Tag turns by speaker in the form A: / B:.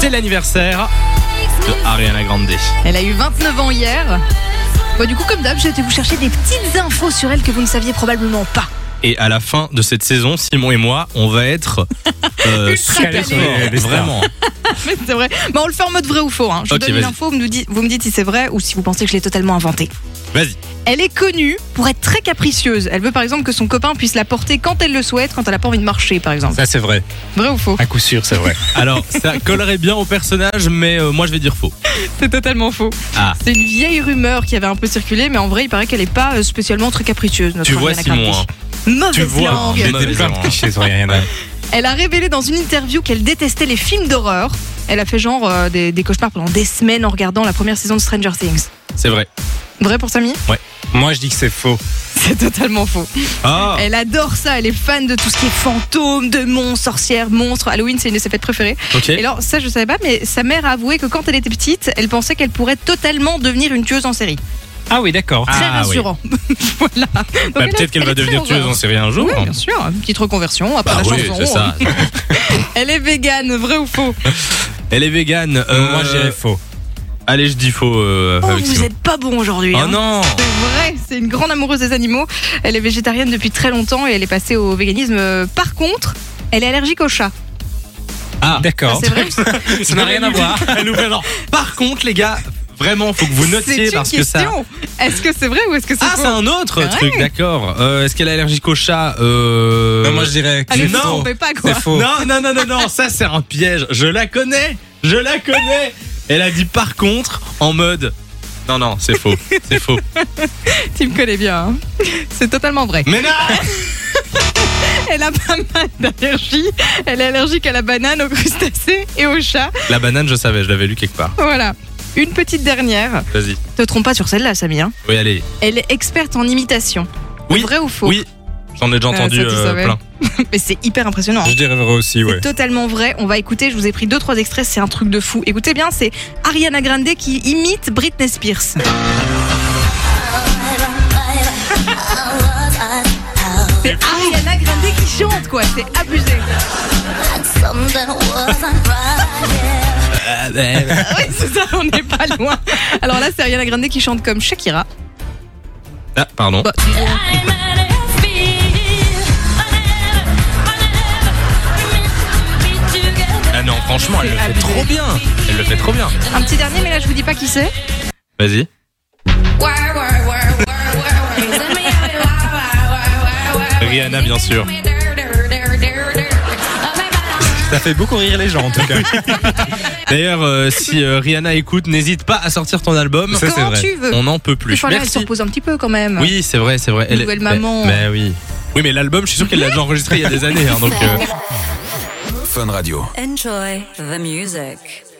A: c'est l'anniversaire de Ariana Grande.
B: Elle a eu 29 ans hier. Bon, du coup, comme d'hab, j'ai été vous chercher des petites infos sur elle que vous ne saviez probablement pas.
A: Et à la fin de cette saison, Simon et moi, on va être euh,
B: Ultra
A: super
B: calés.
A: forts, vraiment.
B: Mais c'est vrai. Bah, on le fait en mode vrai ou faux. hein. Je
A: Ok,
B: vous donne une
A: vas-y.
B: info, vous, nous dites- vous me dites si c'est vrai ou si vous pensez que je l'ai totalement inventé.
A: Vas-y.
B: Elle est connue pour être très capricieuse. Elle veut par exemple que son copain puisse la porter quand elle le souhaite, quand elle n'a pas envie de marcher par exemple.
C: Ça, c'est vrai.
B: Vrai ou faux
C: À coup sûr, c'est vrai.
A: Alors, ça collerait bien au personnage, mais euh, moi je vais dire faux.
B: C'est totalement faux.
A: Ah.
B: C'est une vieille rumeur qui avait un peu circulé, mais en vrai, il paraît qu'elle n'est pas euh, spécialement très capricieuse. Notre
A: Tu vois,
B: Ariana Grande.
A: Simon, hein.
B: Mauvaise
A: Tu
C: Oh,
A: vois,
B: langue.
A: j'ai
C: J'ai
A: Mauvaise
C: des plein de
A: erreur.
C: clichés sur Rihanna.
B: Elle a révélé dans une interview qu'elle détestait les films d'horreur. Elle a fait genre euh, des, des cauchemars pendant des semaines en regardant la première saison de Stranger Things.
A: c'est vrai.
B: Vrai pour Samy
C: Moi, je dis que c'est faux.
B: C'est totalement faux.
A: Ah,
B: Elle adore ça, elle est fan de tout ce qui est fantôme, démon, sorcière, monstre. Halloween, c'est une de ses fêtes préférées.
A: ok.
B: Et alors, ça, je savais pas, mais sa mère a avoué que quand elle était petite, elle pensait qu'elle pourrait totalement devenir une tueuse en série.
C: Ah oui, d'accord.
B: Très
A: Ah, oui.
B: rassurant. voilà. Donc
A: Bah,
B: elle a-
A: Peut-être qu'elle
B: elle
A: va
B: est très
A: devenir tueuse,
B: heureuse.
A: on sait rien un jour.
B: Oui,
A: hein.
B: bien sûr. Une petite reconversion après
A: Bah
B: la
A: oui,
B: chanson.
A: c'est ça.
B: Elle est végane, vrai ou faux
A: Elle est végane. euh,
C: Moi, je dirais faux.
A: Allez, je dis faux. euh,
B: Oh,
A: avec
B: vous
A: Simon.
B: êtes pas bon aujourd'hui.
A: Oh
B: hein.
A: non
B: C'est vrai, c'est une grande amoureuse des animaux. Elle est végétarienne depuis très longtemps et elle est passée au véganisme. Euh, Par contre, elle est allergique aux chats.
A: Ah,
B: Ça,
C: D'accord.
B: c'est vrai.
A: ça n'a rien à voir. Elle ouvre- non. Par contre, les gars, vraiment, faut que vous
B: C'est
A: notiez
B: une
A: parce que ça.
B: question. Est-ce que c'est vrai ou est-ce que c'est
A: Ah, c'est
B: faux
A: un autre
B: Ouais.
A: truc, d'accord. Euh, Est-ce qu'elle est allergique au chat euh...
C: Non, moi, je dirais que
B: Allez,
C: c'est
B: vous
C: faux.
B: trompez pas quoi.
C: C'est faux.
A: Non, non, non, non, non, ça c'est un piège. Je la connais, je la connais. Elle a dit par contre en mode. Non, non, c'est faux, c'est faux.
B: Tu me connais bien. hein. C'est totalement vrai.
A: Mais non
B: Elle a pas mal d'allergies. Elle est allergique à la banane, aux crustacés et aux chats.
A: La banane, je savais, je l'avais lu quelque part.
B: Voilà. Une petite dernière.
A: Vas-y.
B: Te trompe pas sur celle-là, Samy. hein.
A: Oui, allez.
B: Elle est experte en imitation.
A: Oui.
B: Vrai ou faux
A: Oui, j'en ai déjà
B: Ah,
A: entendu
B: ça, tu
A: euh,
B: savais.
A: plein.
B: Mais c'est hyper impressionnant. hein.
C: Je dirais vrai aussi, ouais.
B: C'est totalement vrai. On va écouter. Je vous ai pris deux trois extraits. C'est un truc de fou. Écoutez bien, c'est Ariana Grande qui imite Britney Spears. C'est Ariana Grande qui chante quoi. C'est abusé.
A: bah,
B: Ah oui, c'est ça. On n'est pas loin. Alors là, c'est Ariana Grande qui chante comme Shakira.
A: Ah, pardon.
B: Bah,
A: Ah non, franchement, elle le
B: C'est
A: fait trop
B: abusé.
A: bien. Elle le fait trop bien.
B: un petit dernier, mais là, je vous dis pas qui c'est.
A: Vas-y. Rihanna, bien sûr.
C: Ça fait beaucoup rire les gens, en tout cas.
A: D'ailleurs, euh, si euh, Rihanna écoute, n'hésite pas à sortir ton album.
C: Ça, c'est
B: Comment
C: vrai.
B: tu veux
A: On n'en peut
B: Plus
A: plus.
B: là, elle se
A: Merci.
B: repose un petit peu quand même.
A: Oui, c'est vrai, c'est vrai.
B: Nouvelle
A: mais-
B: maman.
A: Mais, bah oui. Oui, mais l'album, je suis sûr qu'elle l'a déjà enregistré il y a des années. hein, donc, euh,
D: Enjoy the music.